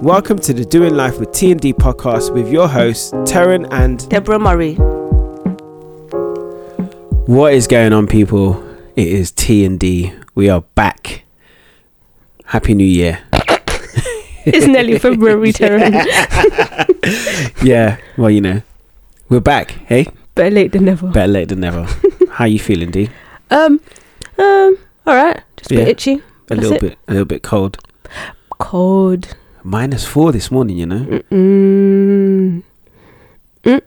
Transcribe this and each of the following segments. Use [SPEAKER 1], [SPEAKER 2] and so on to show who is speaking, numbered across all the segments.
[SPEAKER 1] Welcome to the Doing Life with TMD podcast with your hosts, Taryn and
[SPEAKER 2] Deborah Murray.
[SPEAKER 1] What is going on, people? It is TMD. We are back. Happy New Year.
[SPEAKER 2] It's nearly February, Taryn.
[SPEAKER 1] Yeah, well, you know, we're back. Hey,
[SPEAKER 2] Better late than never.
[SPEAKER 1] better late than never. How you feeling, D?
[SPEAKER 2] Um, um, all right. Just a
[SPEAKER 1] Yeah.
[SPEAKER 2] bit itchy,
[SPEAKER 1] A
[SPEAKER 2] That's
[SPEAKER 1] little
[SPEAKER 2] it.
[SPEAKER 1] bit, a little bit cold.
[SPEAKER 2] cold.
[SPEAKER 1] Minus four this morning, you know.
[SPEAKER 2] Mm-mm. Mm-mm.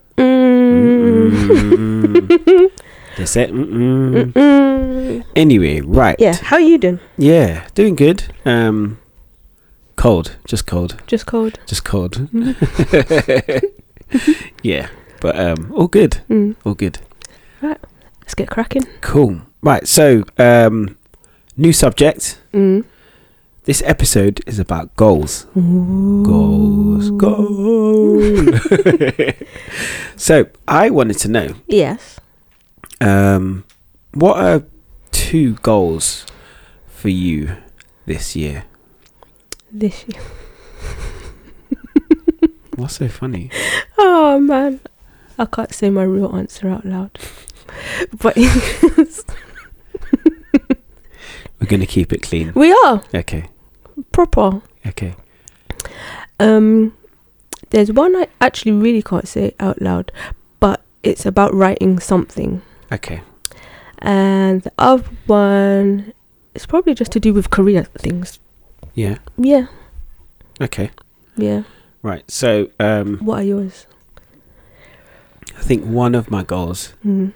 [SPEAKER 1] Mm-mm. That's it. Mm-mm.
[SPEAKER 2] Mm-mm.
[SPEAKER 1] Anyway, right.
[SPEAKER 2] Mm. Yeah. How are you doing?
[SPEAKER 1] Yeah, doing good. Um, cold, just cold,
[SPEAKER 2] Just cold.
[SPEAKER 1] just cold. yeah, but um, all good,
[SPEAKER 2] Mm.
[SPEAKER 1] all good.
[SPEAKER 2] Let's get cracking.
[SPEAKER 1] Cool. Right. So, um, new subject.
[SPEAKER 2] Mm.
[SPEAKER 1] This episode is about goals. Goals.
[SPEAKER 2] Goals.
[SPEAKER 1] Goals. so, I wanted to know
[SPEAKER 2] Yes.
[SPEAKER 1] um, what are two goals for you this year?
[SPEAKER 2] This year.
[SPEAKER 1] What's so funny?
[SPEAKER 2] Oh man, I can't say my real answer out loud. But
[SPEAKER 1] We're going to keep it clean.
[SPEAKER 2] we are
[SPEAKER 1] Okay.
[SPEAKER 2] proper.
[SPEAKER 1] Okay.
[SPEAKER 2] Um, there's one I actually really can't say out loud, but it's about writing something.
[SPEAKER 1] Okay.
[SPEAKER 2] And the other one is probably just to do with career things.
[SPEAKER 1] Yeah.
[SPEAKER 2] Yeah,
[SPEAKER 1] Okay.
[SPEAKER 2] yeah.
[SPEAKER 1] Right. So, um,
[SPEAKER 2] What are yours?
[SPEAKER 1] I think one of my goals
[SPEAKER 2] Mm.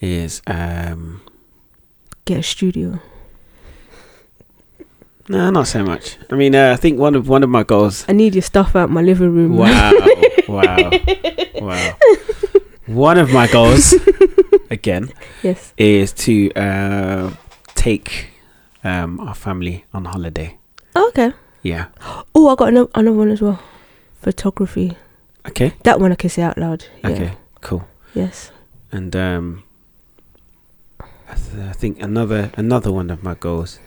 [SPEAKER 1] is um,
[SPEAKER 2] Get a studio.
[SPEAKER 1] no, not so much. I mean, uh, I think one of one of my goals.
[SPEAKER 2] I need your stuff out my living room. man.
[SPEAKER 1] Wow! wow! Wow! One of my goals, again,
[SPEAKER 2] yes.
[SPEAKER 1] is to uh, take um, our family on holiday.
[SPEAKER 2] okay.
[SPEAKER 1] Yeah.
[SPEAKER 2] Oh, I got another, another one as well. Photography.
[SPEAKER 1] Okay.
[SPEAKER 2] That one I can say out loud. Yeah.
[SPEAKER 1] Okay. Cool.
[SPEAKER 2] Yes.
[SPEAKER 1] And um, I, th- I think another another one of my goals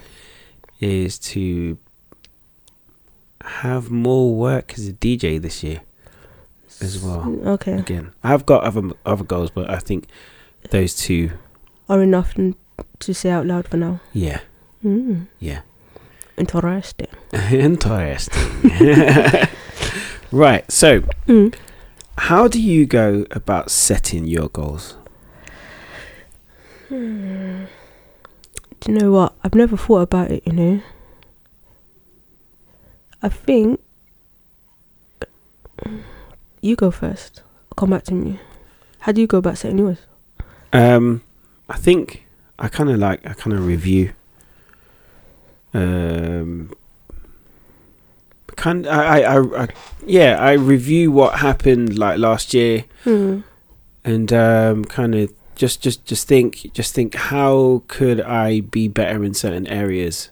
[SPEAKER 1] is to have more work as a DJ this year as well.
[SPEAKER 2] Okay.
[SPEAKER 1] Again, I've got other other goals, but I think those two,
[SPEAKER 2] Are enough n- to say out loud for now.
[SPEAKER 1] yeah,
[SPEAKER 2] Mm.
[SPEAKER 1] yeah,
[SPEAKER 2] Interesting.
[SPEAKER 1] interesting. right. So,
[SPEAKER 2] Mm.
[SPEAKER 1] how do you go about setting your goals?
[SPEAKER 2] Hmm. Do you know what? I've never thought about it, you know. I think you go first. I'll come back to you. How do you go about setting yours?
[SPEAKER 1] Um, I think I kind of like I kind of review. Um, kind I, I I I yeah I review what happened like last year
[SPEAKER 2] Mm.
[SPEAKER 1] and um kind of just just just think just think how could I be better in certain areas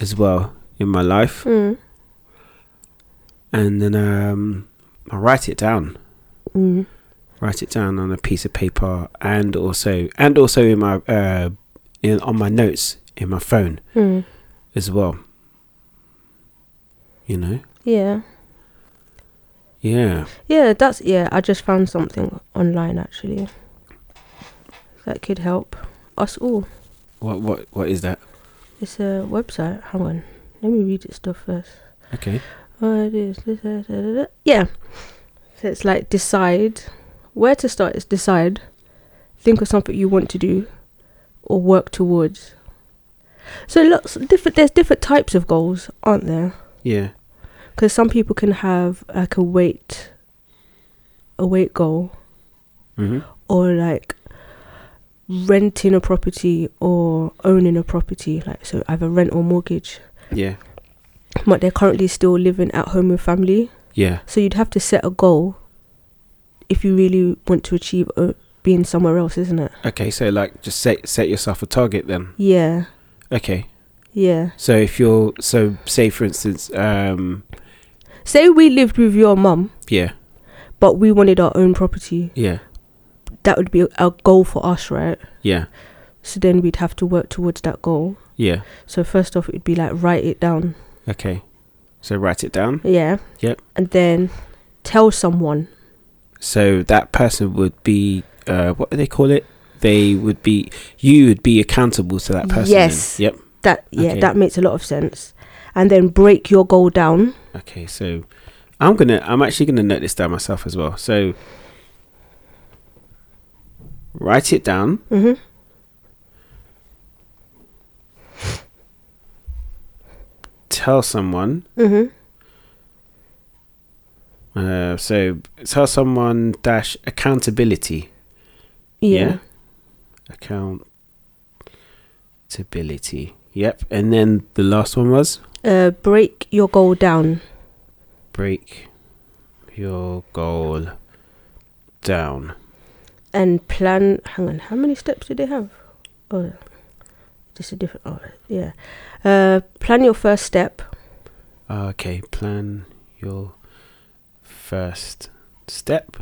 [SPEAKER 1] as well in my life
[SPEAKER 2] Mm.
[SPEAKER 1] and then um I write it down
[SPEAKER 2] Mm.
[SPEAKER 1] write it down on a piece of paper and also and also in my uh in on my notes in my phone
[SPEAKER 2] Mm.
[SPEAKER 1] as well you know
[SPEAKER 2] Yeah.
[SPEAKER 1] yeah
[SPEAKER 2] Yeah, that's yeah, I just found something online actually. That could help us all.
[SPEAKER 1] what what what is that
[SPEAKER 2] It's a website. Hang on. Let me read it stuff first.
[SPEAKER 1] okay
[SPEAKER 2] Oh, it is. This, that, that, that, that. Yeah. So it's like decide where to start is decide. Think of something you want to do or work towards. So lots different there's different types of goals, aren't there?
[SPEAKER 1] yeah
[SPEAKER 2] Cuz some people can have like a weight a weight goal
[SPEAKER 1] hmm
[SPEAKER 2] or like renting a property or owning a property like so either rent or mortgage
[SPEAKER 1] yeah
[SPEAKER 2] but they're currently still living at home with family
[SPEAKER 1] yeah
[SPEAKER 2] So you'd have to set a goal if you really want to achieve uh, being somewhere else, isn't it?
[SPEAKER 1] okay so like just set set yourself a target then
[SPEAKER 2] Yeah,
[SPEAKER 1] okay
[SPEAKER 2] yeah.
[SPEAKER 1] so if you're so say for instance um
[SPEAKER 2] Say we lived with your mum,
[SPEAKER 1] yeah
[SPEAKER 2] but we wanted our own property.
[SPEAKER 1] yeah
[SPEAKER 2] That would be a goal for us, right?
[SPEAKER 1] yeah
[SPEAKER 2] So then we'd have to work towards that goal.
[SPEAKER 1] yeah
[SPEAKER 2] So first off, it'd be like write it down.
[SPEAKER 1] okay So write it down.
[SPEAKER 2] Yeah.
[SPEAKER 1] Yep.
[SPEAKER 2] And then tell someone.
[SPEAKER 1] So that person would be uh, what do they call it? They would be you would be accountable to that person. then.
[SPEAKER 2] Yes.
[SPEAKER 1] Yep.
[SPEAKER 2] That yeah,
[SPEAKER 1] Okay.
[SPEAKER 2] that makes a lot of sense. And then break your goal down.
[SPEAKER 1] Okay. So I'm gonna I'm actually gonna note this down myself as well. So write it down.
[SPEAKER 2] Mhm.
[SPEAKER 1] Tell someone.
[SPEAKER 2] Mhm.
[SPEAKER 1] Uh, so tell someone dash accountability.
[SPEAKER 2] Yeah.
[SPEAKER 1] Accountability. Yep. And then the last one was
[SPEAKER 2] Uh break your goal down.
[SPEAKER 1] break your goal down.
[SPEAKER 2] and plan. Hang on, how many steps do they have? Oh, just a different. Oh, yeah. Uh, plan your first step.
[SPEAKER 1] Okay. Plan your first step.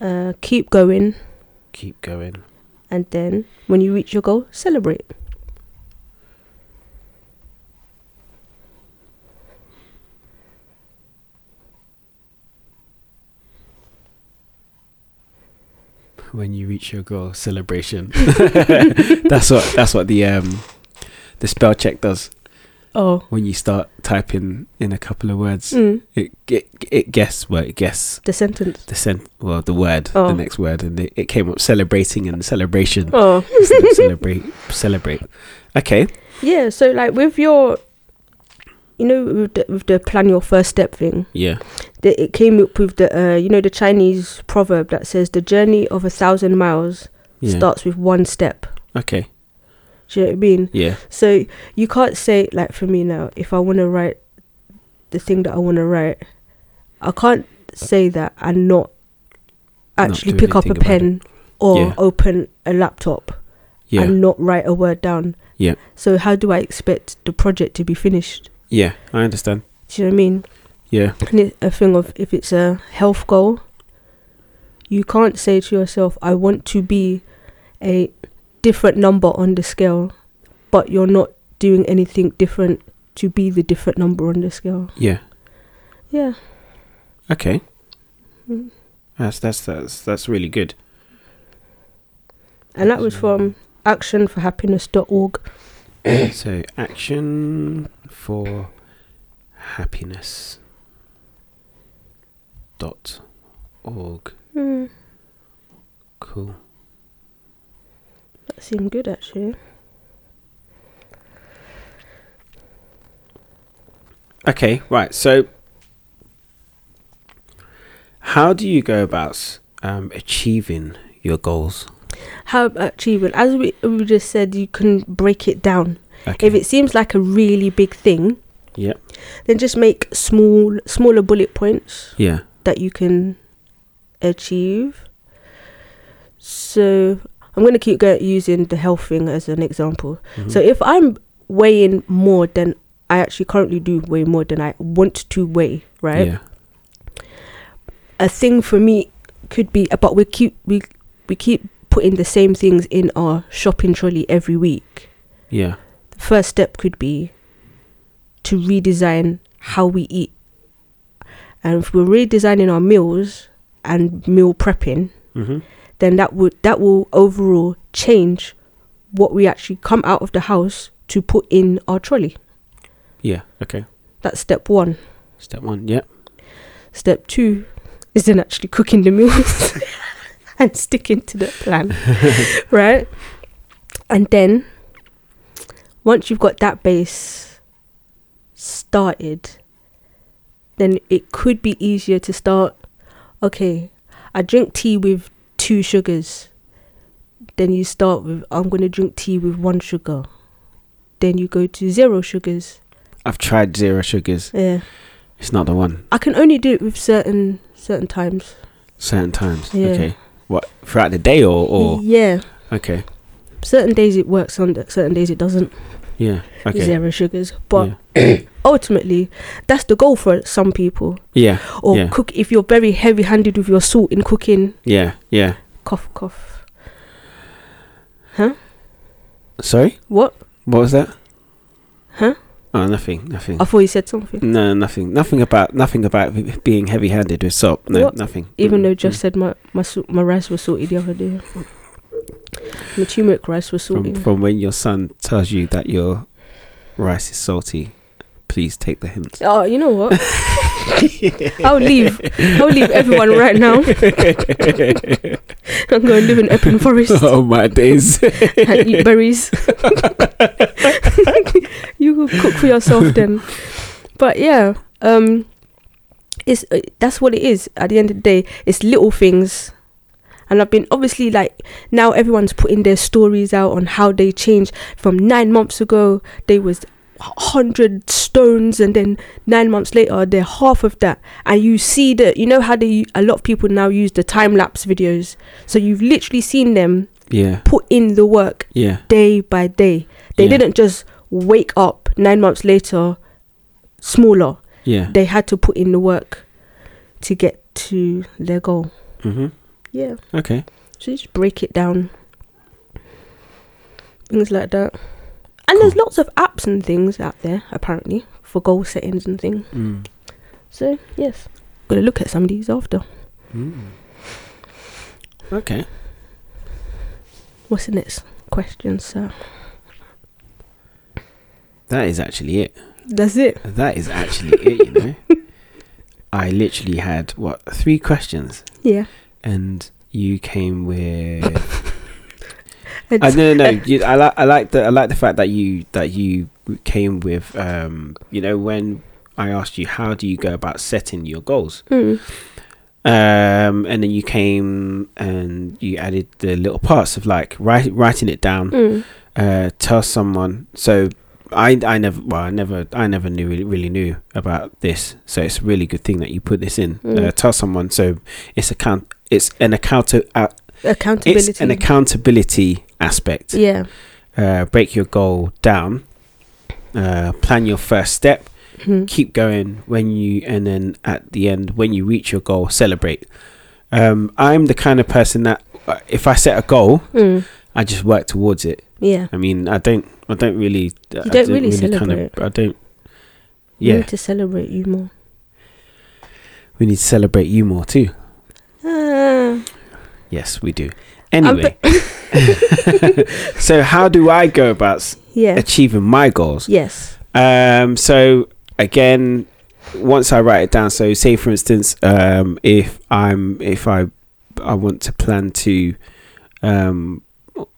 [SPEAKER 2] Uh, keep going,
[SPEAKER 1] Keep going.
[SPEAKER 2] and then when you reach your goal, celebrate.
[SPEAKER 1] When you reach your goal, celebration. that's what that's what the um the spell check does.
[SPEAKER 2] Oh,
[SPEAKER 1] When you start typing in a couple of words,
[SPEAKER 2] mm,
[SPEAKER 1] it it it guess well it guess
[SPEAKER 2] the sentence.
[SPEAKER 1] the sent well the word
[SPEAKER 2] Oh.
[SPEAKER 1] the next word and it, it came up celebrating and celebration
[SPEAKER 2] Oh,
[SPEAKER 1] instead of celebrate celebrate okay
[SPEAKER 2] yeah. So like with your, you know, with the, with the plan your first step thing,
[SPEAKER 1] yeah
[SPEAKER 2] the, it came up with the uh, you know the Chinese proverb that says the journey of a thousand miles
[SPEAKER 1] yeah
[SPEAKER 2] starts with one step.
[SPEAKER 1] okay
[SPEAKER 2] Do you know what I mean?
[SPEAKER 1] yeah
[SPEAKER 2] So you can't say like for me now, if I want to write the thing that I want to write, I can't say that and not
[SPEAKER 1] Not
[SPEAKER 2] actually
[SPEAKER 1] do
[SPEAKER 2] pick up a
[SPEAKER 1] anything about
[SPEAKER 2] pen or
[SPEAKER 1] Yeah.
[SPEAKER 2] open a laptop
[SPEAKER 1] yeah
[SPEAKER 2] and not write a word down.
[SPEAKER 1] Yeah.
[SPEAKER 2] So how do I expect the project to be finished?
[SPEAKER 1] yeah I understand
[SPEAKER 2] Do you know what I mean?
[SPEAKER 1] yeah
[SPEAKER 2] And it- a thing of if it's a health goal, you can't say to yourself, "I want to be a different number on the scale," but you're not doing anything different to be the different number on the scale.
[SPEAKER 1] yeah
[SPEAKER 2] Yeah,
[SPEAKER 1] okay
[SPEAKER 2] Mm.
[SPEAKER 1] that's that's that's that's really good
[SPEAKER 2] and that was from actionforhappiness.org.
[SPEAKER 1] so action for happiness dot org
[SPEAKER 2] Mm,
[SPEAKER 1] cool
[SPEAKER 2] that seemed good actually.
[SPEAKER 1] Okay, right. So, how do you go about um, achieving your goals?
[SPEAKER 2] How achievable? As we we just said, you can break it down.
[SPEAKER 1] Okay.
[SPEAKER 2] If it seems like a really big thing,
[SPEAKER 1] Yep.
[SPEAKER 2] then just make small smaller bullet points.
[SPEAKER 1] yeah,
[SPEAKER 2] that you can achieve. So I'm going to keep go- using the health thing as an example.
[SPEAKER 1] Mm-hmm.
[SPEAKER 2] So if I'm weighing more than I actually currently do weigh more than I want to weigh, right?
[SPEAKER 1] yeah,
[SPEAKER 2] A thing for me could be but we keep we we keep putting the same things in our shopping trolley every week.
[SPEAKER 1] yeah,
[SPEAKER 2] The first step could be to redesign how we eat. And if we're redesigning our meals and meal prepping,
[SPEAKER 1] hmm
[SPEAKER 2] then that would that will overall change what we actually come out of the house to put in our trolley.
[SPEAKER 1] yeah. Okay.
[SPEAKER 2] That's step one.
[SPEAKER 1] Step one. Yep.
[SPEAKER 2] Step two is then actually cooking the meals and sticking to the plan, right? And then once you've got that base started, then it could be easier to start. Okay, I drink tea with two sugars. Then you start with I'm going to drink tea with one sugar. Then you go to zero sugars.
[SPEAKER 1] I've tried zero sugars.
[SPEAKER 2] Yeah,
[SPEAKER 1] It's not the one.
[SPEAKER 2] I can only do it with certain certain times.
[SPEAKER 1] Certain times.
[SPEAKER 2] Yeah.
[SPEAKER 1] Okay. What throughout the day or or
[SPEAKER 2] yeah
[SPEAKER 1] okay.
[SPEAKER 2] certain days it works on certain days it doesn't
[SPEAKER 1] Yeah. Okay.
[SPEAKER 2] zero sugars but
[SPEAKER 1] yeah.
[SPEAKER 2] ultimately that's the goal for some people
[SPEAKER 1] Yeah.
[SPEAKER 2] or
[SPEAKER 1] Yeah.
[SPEAKER 2] cook if you're very heavy handed with your salt in cooking
[SPEAKER 1] Yeah. Yeah.
[SPEAKER 2] cough cough
[SPEAKER 1] Sorry.
[SPEAKER 2] what
[SPEAKER 1] What was that?
[SPEAKER 2] Huh?
[SPEAKER 1] Oh, nothing, nothing.
[SPEAKER 2] I thought you said something.
[SPEAKER 1] No, nothing, nothing about nothing about being heavy-handed with salt. No,
[SPEAKER 2] What?
[SPEAKER 1] nothing.
[SPEAKER 2] Even
[SPEAKER 1] Mm,
[SPEAKER 2] though
[SPEAKER 1] mm.
[SPEAKER 2] Jeff said my my salt- my rice was salty the other day. My turmeric rice was
[SPEAKER 1] from
[SPEAKER 2] salty.
[SPEAKER 1] from when your son tells you that your rice is salty, please take the hint.
[SPEAKER 2] Oh, you know what? I'll leave. I'll leave everyone right now. I'm going to live in open forest
[SPEAKER 1] oh my days!
[SPEAKER 2] and eat berries. you will cook for yourself then. But yeah, um, it's uh, that's what it is. At the end of the day, it's little things, and I've been obviously like now everyone's putting their stories out on how they changed from nine months ago. They was hundred stones, and then nine months later they're half of that. And you see that you know how they a lot of people now use the time lapse videos. So you've literally seen them
[SPEAKER 1] Yeah,
[SPEAKER 2] put in the work
[SPEAKER 1] yeah,
[SPEAKER 2] day by day. They
[SPEAKER 1] Yeah.
[SPEAKER 2] didn't just wake up nine months later smaller.
[SPEAKER 1] yeah.
[SPEAKER 2] They had to put in the work to get to their goal.
[SPEAKER 1] hmm
[SPEAKER 2] Yeah.
[SPEAKER 1] Okay.
[SPEAKER 2] So you just break it down. Things like that. And there's lots of apps and things out there, apparently, for goal settings and things.
[SPEAKER 1] Mm.
[SPEAKER 2] So, yes. Gonna look at some of these after.
[SPEAKER 1] Mm. Okay.
[SPEAKER 2] What's the next question, sir?
[SPEAKER 1] That is actually it.
[SPEAKER 2] That's it.
[SPEAKER 1] That is actually it. You know, I literally had what three questions,
[SPEAKER 2] Yeah.
[SPEAKER 1] and you came with
[SPEAKER 2] And
[SPEAKER 1] I no no no. You, I like I like the I like the fact that you that you came with um you know when I asked you how do you go about setting your goals
[SPEAKER 2] Mm.
[SPEAKER 1] um and then you came and you added the little parts of like write, writing it down
[SPEAKER 2] Mm.
[SPEAKER 1] uh tell someone so I I never well I never I never knew really, really knew about this so it's a really good thing that you put this in
[SPEAKER 2] Mm.
[SPEAKER 1] uh, tell someone so it's account it's an account uh,
[SPEAKER 2] Accountability.
[SPEAKER 1] it's an accountability aspect
[SPEAKER 2] yeah.
[SPEAKER 1] uh, break your goal down, uh, plan your first step,
[SPEAKER 2] Mhm.
[SPEAKER 1] keep going when you, and then at the end, when you reach your goal, celebrate. Um, I'm the kind of person that uh, if I set a goal,
[SPEAKER 2] Mm.
[SPEAKER 1] I just work towards it.
[SPEAKER 2] Yeah.
[SPEAKER 1] I mean, I don't, I don't really, you I
[SPEAKER 2] don't really celebrate. Mm.
[SPEAKER 1] Kind of, I don't.
[SPEAKER 2] You
[SPEAKER 1] Yeah,
[SPEAKER 2] need to celebrate you more.
[SPEAKER 1] we need to celebrate you more too.
[SPEAKER 2] Ah,
[SPEAKER 1] Yes, we do.
[SPEAKER 2] Um,
[SPEAKER 1] Anyway, so how do I go about s-
[SPEAKER 2] yeah.
[SPEAKER 1] achieving my goals?
[SPEAKER 2] yes.
[SPEAKER 1] Um, so again, once I write it down, so say for instance, um, if I'm if I I want to plan to um,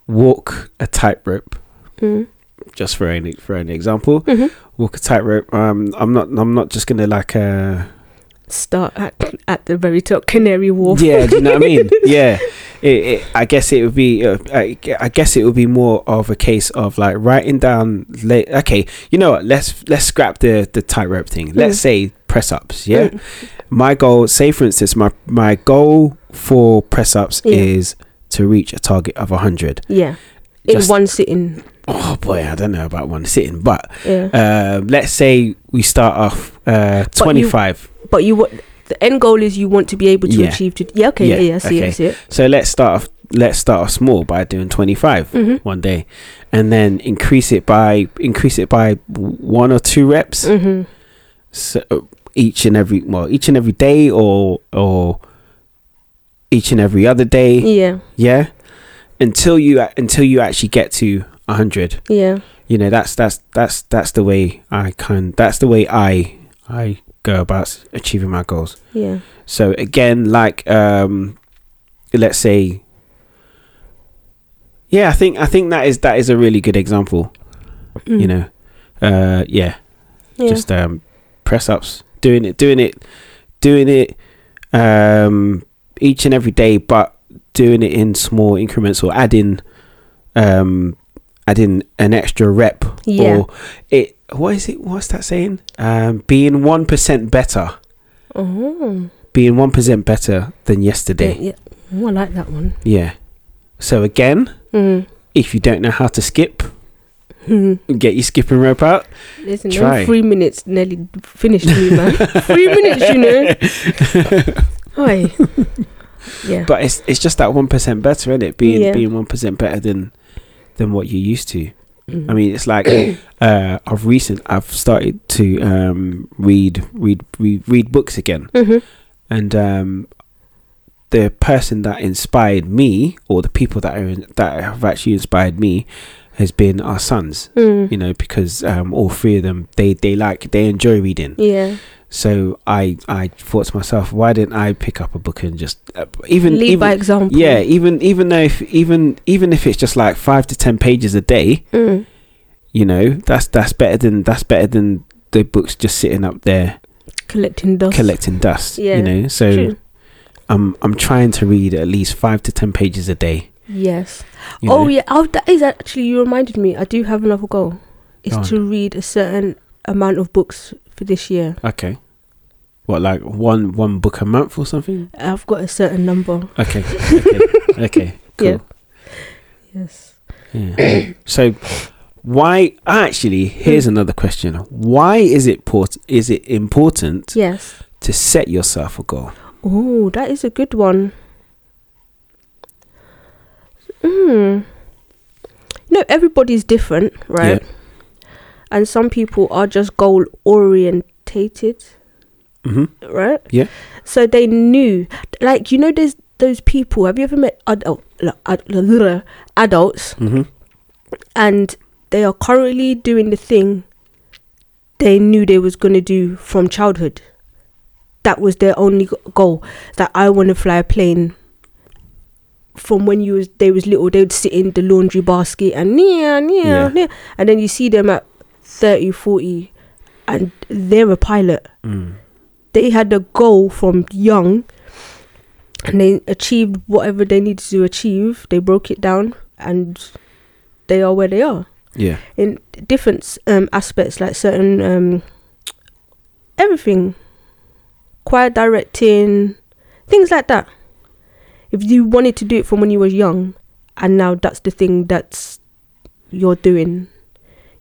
[SPEAKER 1] walk a tightrope,
[SPEAKER 2] Mm.
[SPEAKER 1] just for an for an example,
[SPEAKER 2] hmm
[SPEAKER 1] walk a tightrope. Um, I'm not I'm not just gonna like uh
[SPEAKER 2] Start at, at the very top, Canary Wharf.
[SPEAKER 1] yeah, do you know what I mean? Yeah, it, it, I guess it would be. Uh, I, I guess it would be more of a case of like writing down. Late, okay, you know what? Let's let's scrap the the tightrope thing. Let's
[SPEAKER 2] Mm.
[SPEAKER 1] say press ups. Yeah,
[SPEAKER 2] Mm.
[SPEAKER 1] my goal. Say for instance, my my goal for press ups
[SPEAKER 2] Yeah.
[SPEAKER 1] is to reach a target of hundred.
[SPEAKER 2] Yeah. In
[SPEAKER 1] Just
[SPEAKER 2] one sitting.
[SPEAKER 1] oh boy, I don't know about one sitting, but
[SPEAKER 2] Yeah.
[SPEAKER 1] uh, let's say we start off uh,
[SPEAKER 2] you-
[SPEAKER 1] twenty five.
[SPEAKER 2] but you want the end goal is you want to be able to
[SPEAKER 1] Yeah.
[SPEAKER 2] achieve. To, yeah. Okay.
[SPEAKER 1] Yeah,
[SPEAKER 2] Yeah. Yeah. I see it. I
[SPEAKER 1] okay.
[SPEAKER 2] see it.
[SPEAKER 1] So let's start off. Let's start off small by doing twenty five.
[SPEAKER 2] Mm-hmm.
[SPEAKER 1] one day and then increase it by increase it by w- one or two reps
[SPEAKER 2] Mm-hmm.
[SPEAKER 1] so each and every well each and every day or or each and every other day
[SPEAKER 2] Yeah.
[SPEAKER 1] yeah until you a- until you actually get to 100
[SPEAKER 2] Yeah.
[SPEAKER 1] you know that's that's that's that's the way i can that's the way i i go about achieving my goals
[SPEAKER 2] Yeah.
[SPEAKER 1] so again, like um, let's say, yeah, I think I think that is that is a really good example.
[SPEAKER 2] Mm.
[SPEAKER 1] You know, uh, yeah,
[SPEAKER 2] Yeah.
[SPEAKER 1] just um, press ups, doing it, doing it, doing it, um, each and every day, but doing it in small increments or adding, um, adding an extra rep
[SPEAKER 2] Yeah.
[SPEAKER 1] or it. What is it? What's that saying? Um, being one percent better
[SPEAKER 2] Oh.
[SPEAKER 1] being one percent better than yesterday.
[SPEAKER 2] Yeah. yeah. Oh, I like that one.
[SPEAKER 1] Yeah. So again,
[SPEAKER 2] Mm.
[SPEAKER 1] if you don't know how to skip,
[SPEAKER 2] Mm.
[SPEAKER 1] get your skipping rope out.
[SPEAKER 2] Listen, them
[SPEAKER 1] Try.
[SPEAKER 2] three minutes nearly finished me, man. three minutes, you know. Oi. Yeah.
[SPEAKER 1] But it's it's just that one percent better, isn't it? Being
[SPEAKER 2] Yeah.
[SPEAKER 1] being one percent better than than what you're used to. I
[SPEAKER 2] Mm.
[SPEAKER 1] mean, it's like uh, of recent, I've started to um, read, read read read books again,
[SPEAKER 2] hmm
[SPEAKER 1] and um, the person that inspired me, or the people that are, that have actually inspired me, has been our sons.
[SPEAKER 2] Mm.
[SPEAKER 1] You know, because um, all three of them, they they like they enjoy reading.
[SPEAKER 2] Yeah.
[SPEAKER 1] So I I thought to myself, why didn't I pick up a book and just uh, even
[SPEAKER 2] Lead
[SPEAKER 1] even
[SPEAKER 2] by example.
[SPEAKER 1] yeah even even though if even even if it's just like five to ten pages a day
[SPEAKER 2] Mm.
[SPEAKER 1] you know that's that's better than that's better than the books just sitting up there
[SPEAKER 2] Collecting dust.
[SPEAKER 1] collecting dust
[SPEAKER 2] Yeah,
[SPEAKER 1] you know so
[SPEAKER 2] True.
[SPEAKER 1] i'm i'm trying to read at least five to ten pages a day
[SPEAKER 2] Yes.
[SPEAKER 1] you
[SPEAKER 2] Oh
[SPEAKER 1] know.
[SPEAKER 2] yeah, oh, that is actually you reminded me. I do have another goal. Is
[SPEAKER 1] Go on.
[SPEAKER 2] to read a certain amount of books for this year.
[SPEAKER 1] okay what like one one book a month or something
[SPEAKER 2] I've got a certain number.
[SPEAKER 1] okay okay, okay
[SPEAKER 2] Yeah.
[SPEAKER 1] cool
[SPEAKER 2] Yes.
[SPEAKER 1] yeah. so why actually
[SPEAKER 2] Hmm.
[SPEAKER 1] here's another question why is it port is it important
[SPEAKER 2] Yes.
[SPEAKER 1] to set yourself a goal
[SPEAKER 2] Oh, that is a good one. Mm. No, everybody's different, right? And some people are just goal orientated,
[SPEAKER 1] mm-hmm.
[SPEAKER 2] right?
[SPEAKER 1] Yeah.
[SPEAKER 2] So they knew, like you know, there's those people. Have you ever met adult, like, ad- adults
[SPEAKER 1] Mm-hmm.
[SPEAKER 2] and they are currently doing the thing they knew they was going to do from childhood that was their only g- goal that i want to fly a plane from when you was they was little they would sit in the laundry basket and yeah yeah
[SPEAKER 1] Yeah.
[SPEAKER 2] yeah and then you see them at 30 40 and they're a pilot
[SPEAKER 1] Mm.
[SPEAKER 2] they had a goal from young and they achieved whatever they needed to achieve they broke it down and they are where they are
[SPEAKER 1] yeah
[SPEAKER 2] in different um, aspects, like certain um, everything, choir directing, things like that. If you wanted to do it from when you was young, and now that's the thing that's you're doing,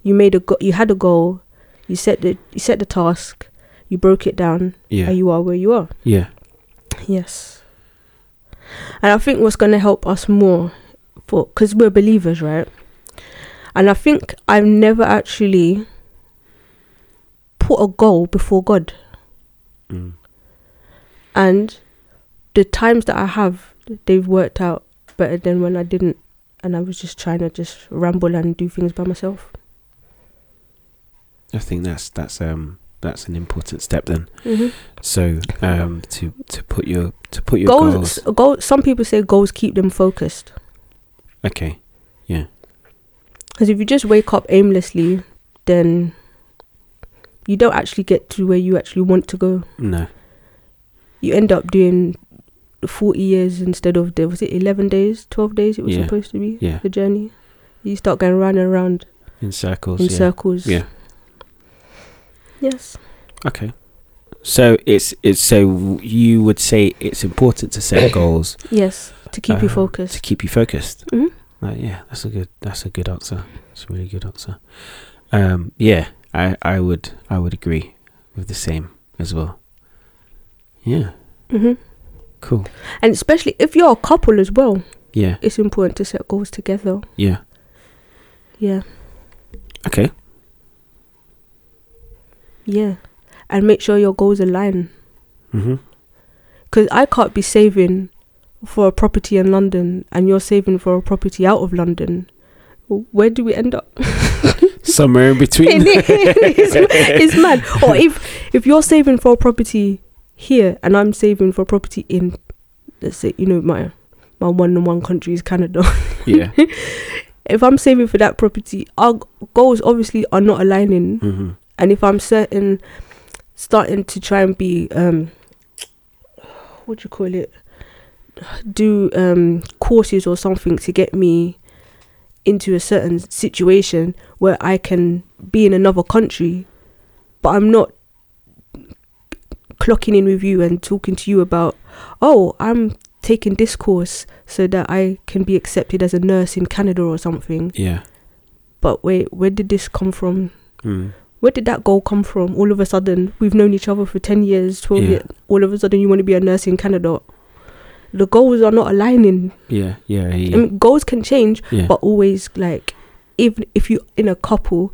[SPEAKER 2] you made a go- you had a goal, you set the you set the task, you broke it down,
[SPEAKER 1] yeah
[SPEAKER 2] and you are where you are.
[SPEAKER 1] yeah
[SPEAKER 2] Yes. And I think what's going to help us more for cuz we're believers, right? And I think I've never actually put a goal before God
[SPEAKER 1] mm.
[SPEAKER 2] and the times that I have they've worked out better than when I didn't and I was just trying to just ramble and do things by myself.
[SPEAKER 1] I think that's that's um that's an important step then.
[SPEAKER 2] Mm-hmm.
[SPEAKER 1] So um to to put your to put your goals.
[SPEAKER 2] Goals, goals some people say goals keep them focused.
[SPEAKER 1] Okay.
[SPEAKER 2] Because if you just wake up aimlessly, then you don't actually get to where you actually want to go.
[SPEAKER 1] No.
[SPEAKER 2] You end up doing 40 years instead of the, was it 11 days, 12 days it was
[SPEAKER 1] Yeah.
[SPEAKER 2] supposed to be?
[SPEAKER 1] Yeah.
[SPEAKER 2] The journey. You start going round and round
[SPEAKER 1] In circles.
[SPEAKER 2] in
[SPEAKER 1] yeah.
[SPEAKER 2] circles.
[SPEAKER 1] Yeah.
[SPEAKER 2] Yes.
[SPEAKER 1] Okay. So it's it's so you would say it's important to set goals
[SPEAKER 2] Yes. To keep
[SPEAKER 1] um, to
[SPEAKER 2] you focused.
[SPEAKER 1] keep you focused.
[SPEAKER 2] Mhm.
[SPEAKER 1] Like, yeah, that's a good that's a good answer. It's a really good answer. Um yeah, I I would I would agree with the same as well. Yeah,
[SPEAKER 2] hmm
[SPEAKER 1] cool.
[SPEAKER 2] And especially if you're a couple as well,
[SPEAKER 1] Yeah,
[SPEAKER 2] it's important to set goals together.
[SPEAKER 1] yeah.
[SPEAKER 2] Yeah.
[SPEAKER 1] Okay.
[SPEAKER 2] Yeah. And make sure your goals align.
[SPEAKER 1] Mhm.
[SPEAKER 2] Because I can't be saving for a property in London and you're saving for a property out of London. W- Where do we end up?
[SPEAKER 1] Somewhere in between.
[SPEAKER 2] it's, it's mad. Or if, if you're saving for a property here and I'm saving for a property in, let's say, you know, my my one on one country is Canada.
[SPEAKER 1] yeah.
[SPEAKER 2] if I'm saving for that property, our g- goals obviously are not aligning.
[SPEAKER 1] hmm
[SPEAKER 2] And if I'm certain, starting to try and be, um, what do you call it? Do um, courses or something to get me into a certain situation where I can be in another country, but I'm not clocking in with you and talking to you about, oh, I'm taking this course so that I can be accepted as a nurse in Canada or something.
[SPEAKER 1] Yeah.
[SPEAKER 2] But wait, where did this come from?
[SPEAKER 1] Mm.
[SPEAKER 2] where did that goal come from? All of a sudden, we've known each other for 10 years, 12
[SPEAKER 1] Yeah.
[SPEAKER 2] years. All of a sudden, you want to be a nurse in Canada. The goals are not aligning.
[SPEAKER 1] Yeah. Yeah.
[SPEAKER 2] I
[SPEAKER 1] Yeah.
[SPEAKER 2] Um, mean, goals can change,
[SPEAKER 1] yeah.
[SPEAKER 2] but always like even if you in a couple,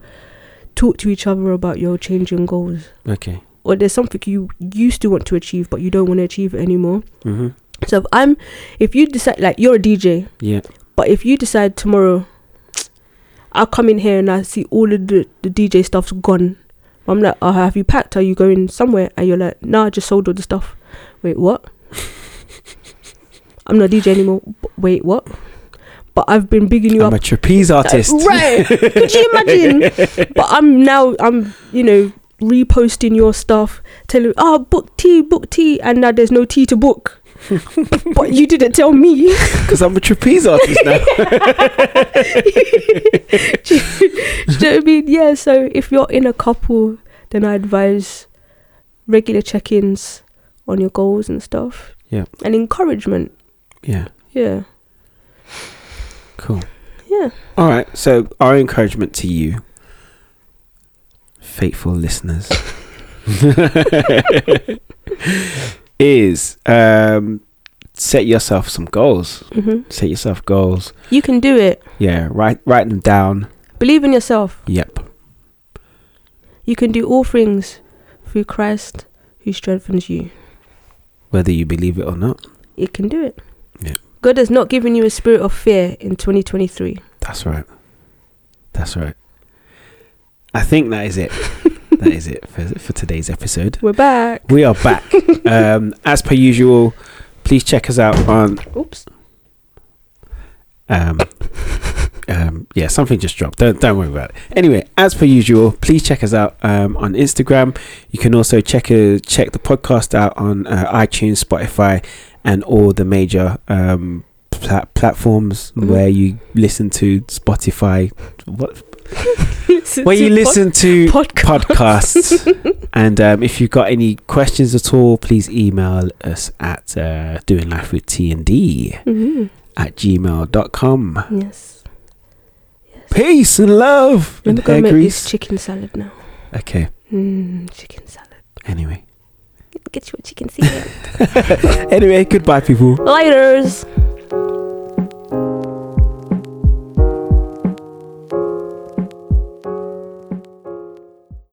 [SPEAKER 2] talk to each other about your changing goals.
[SPEAKER 1] Okay.
[SPEAKER 2] Or there's something you used to want to achieve but you don't want to achieve it anymore.
[SPEAKER 1] Mhm.
[SPEAKER 2] So if I'm if you decide like you're a DJ,
[SPEAKER 1] Yeah.
[SPEAKER 2] but if you decide tomorrow, I'll come in here and I see all of the, the DJ stuff's gone. I'm like, oh, have you packed? Are you going somewhere? And you're like, no, I just sold all the stuff. Wait, what? I'm not a DJ anymore. B- Wait, what? But I've been bigging you
[SPEAKER 1] I'm
[SPEAKER 2] up. Uh,
[SPEAKER 1] a trapeze artist.
[SPEAKER 2] Right. Could you imagine? But I'm now, I'm, you know, reposting your stuff, telling, oh, book tea, book tea. And now there's no tea to book. but you didn't tell me.
[SPEAKER 1] Because I'm a trapeze artist now.
[SPEAKER 2] do, you, do you know what I mean? Yeah, so if you're in a couple, then I advise regular check ins on your goals and stuff.
[SPEAKER 1] Yeah.
[SPEAKER 2] And encouragement.
[SPEAKER 1] yeah.
[SPEAKER 2] Yeah.
[SPEAKER 1] Cool.
[SPEAKER 2] Yeah.
[SPEAKER 1] All right. So, our encouragement to you, faithful listeners, is um, set yourself some goals.
[SPEAKER 2] hmm
[SPEAKER 1] Set yourself goals.
[SPEAKER 2] You can do it.
[SPEAKER 1] Yeah. Write write them down.
[SPEAKER 2] Believe in yourself.
[SPEAKER 1] Yep.
[SPEAKER 2] You can do all things through Christ who strengthens you.
[SPEAKER 1] Whether you believe it or not.
[SPEAKER 2] You can do it.
[SPEAKER 1] Yeah.
[SPEAKER 2] God has not given you a spirit of fear in 2023.
[SPEAKER 1] That's right. That's right. I think that is it. that is it for, for today's episode.
[SPEAKER 2] We're back.
[SPEAKER 1] We are back. um, as per usual, please check us out on.
[SPEAKER 2] Oops.
[SPEAKER 1] Um, um, yeah, something just dropped. Don't don't worry about it. Anyway, as per usual, please check us out um, on Instagram. You can also check uh, check the podcast out on uh, iTunes, Spotify, and all the major um, pla- platforms
[SPEAKER 2] Mhm.
[SPEAKER 1] where you listen to Spotify. What
[SPEAKER 2] Listen
[SPEAKER 1] where
[SPEAKER 2] to
[SPEAKER 1] you
[SPEAKER 2] pod-
[SPEAKER 1] listen to
[SPEAKER 2] podcasts.
[SPEAKER 1] podcasts. and um, if you've got any questions at all, please email us at uh, doing life with TND
[SPEAKER 2] Mhm.
[SPEAKER 1] at gmail.com.
[SPEAKER 2] Yes.
[SPEAKER 1] Peace and love
[SPEAKER 2] Let
[SPEAKER 1] and
[SPEAKER 2] me go
[SPEAKER 1] hair
[SPEAKER 2] make this
[SPEAKER 1] grease.
[SPEAKER 2] chicken salad now.
[SPEAKER 1] Okay,
[SPEAKER 2] Mm, chicken salad.
[SPEAKER 1] anyway.
[SPEAKER 2] Get your chicken salad.
[SPEAKER 1] anyway, goodbye, people.
[SPEAKER 2] Lighters.